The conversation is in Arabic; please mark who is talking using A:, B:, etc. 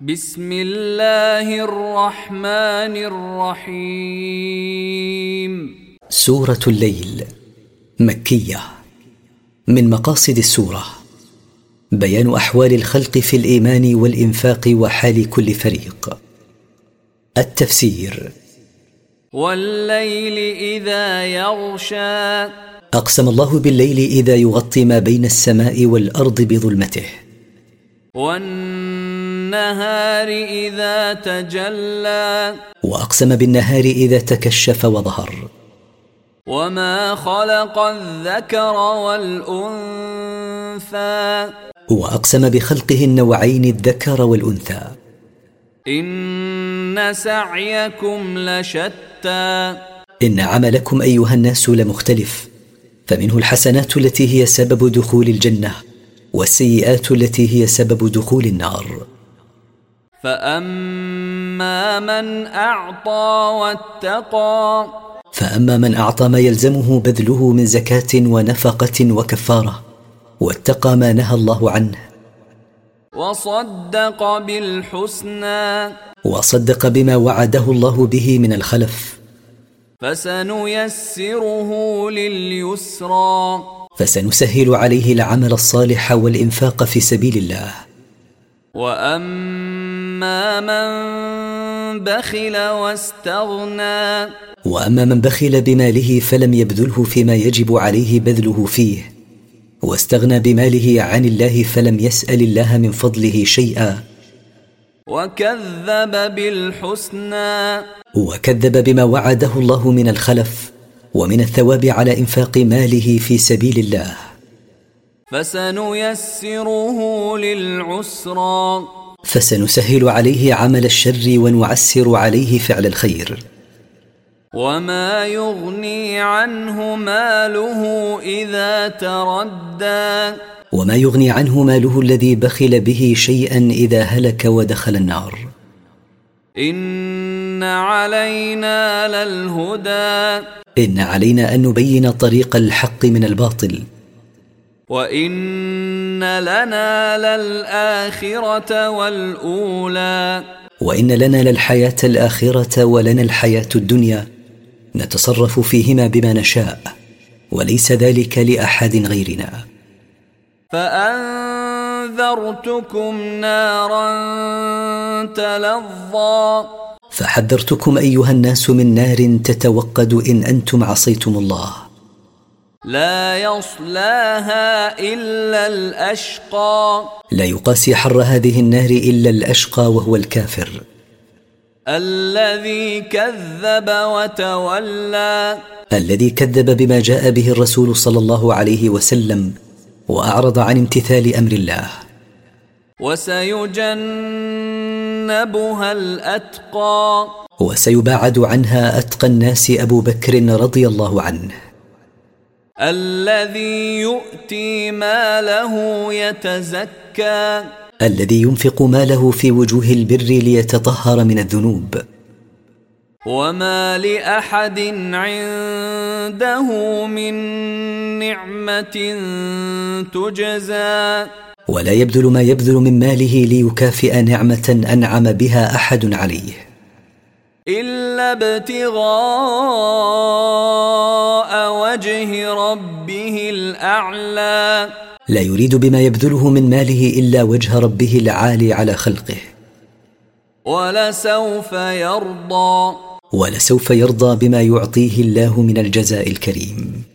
A: بسم الله الرحمن الرحيم
B: سورة الليل مكية من مقاصد السورة بيان أحوال الخلق في الإيمان والإنفاق وحال كل فريق التفسير
A: والليل إذا يغشى
B: أقسم الله بالليل إذا يغطي ما بين السماء والأرض بظلمته
A: والنهار إذا تجلى
B: وأقسم بالنهار إذا تكشف وظهر
A: وما خلق الذكر والأنثى
B: وأقسم بخلقه النوعين الذكر والأنثى
A: إن سعيكم لشتى
B: إن عملكم أيها الناس لمختلف فمنه الحسنات التي هي سبب دخول الجنة والسيئات التي هي سبب دخول النار
A: فأما من أعطى واتقى
B: فأما من أعطى ما يلزمه بذله من زكاة ونفقة وكفارة واتقى ما نهى الله عنه
A: وصدق بالحسنى
B: وصدق بما وعده الله به من الخلف
A: فسنيسره لليسرى
B: فسنسهل عليه العمل الصالح والإنفاق في سبيل الله
A: وأما من بخل واستغنى
B: وأما من بخل بماله فلم يبذله فيما يجب عليه بذله فيه واستغنى بماله عن الله فلم يسأل الله من فضله شيئا
A: وكذب بالحسنى
B: وكذب بما وعده الله من الخلف ومن الثواب على إنفاق ماله في سبيل الله
A: فسنيسره للعسرى
B: فسنسهل عليه عمل الشر ونعسر عليه فعل الخير
A: وما يغني عنه ماله إذا تردى
B: وما يغني عنه ماله الذي بخل به شيئا إذا هلك ودخل النار
A: إن علينا للهدى
B: إن علينا أن نبين طريق الحق من الباطل
A: وإن لنا للآخرة والأولى
B: وإن لنا للحياة الآخرة ولنا الحياة الدنيا نتصرف فيهما بما نشاء وليس ذلك لأحد غيرنا
A: فأنذرتكم نارا تلظى
B: فحذرتكم أيها الناس من نار تتوقد إن أنتم عصيتم الله
A: لا يصلاها إلا الأشقى
B: لا يقاسي حر هذه النار إلا الأشقى وهو الكافر
A: الذي كذب وتولى
B: الذي كذب بما جاء به الرسول صلى الله عليه وسلم وأعرض عن امتثال أمر الله
A: وسيجنبها الأتقى
B: وسيباعد عنها أتقى الناس أبو بكر رضي الله عنه
A: الذي يؤتي ماله يتزكى
B: الذي ينفق ماله في وجوه البر ليتطهر من الذنوب
A: وما لأحد عنده من نعمة تجزى
B: ولا يبذل ما يبذل من ماله ليكافئ نعمة أنعم بها أحد عليه
A: إلا ابتغاء وجه ربه الأعلى
B: لا يريد بما يبذله من ماله إلا وجه ربه العالي على خلقه
A: ولسوف يرضى
B: ولسوف يرضى بما يعطيه الله من الجزاء الكريم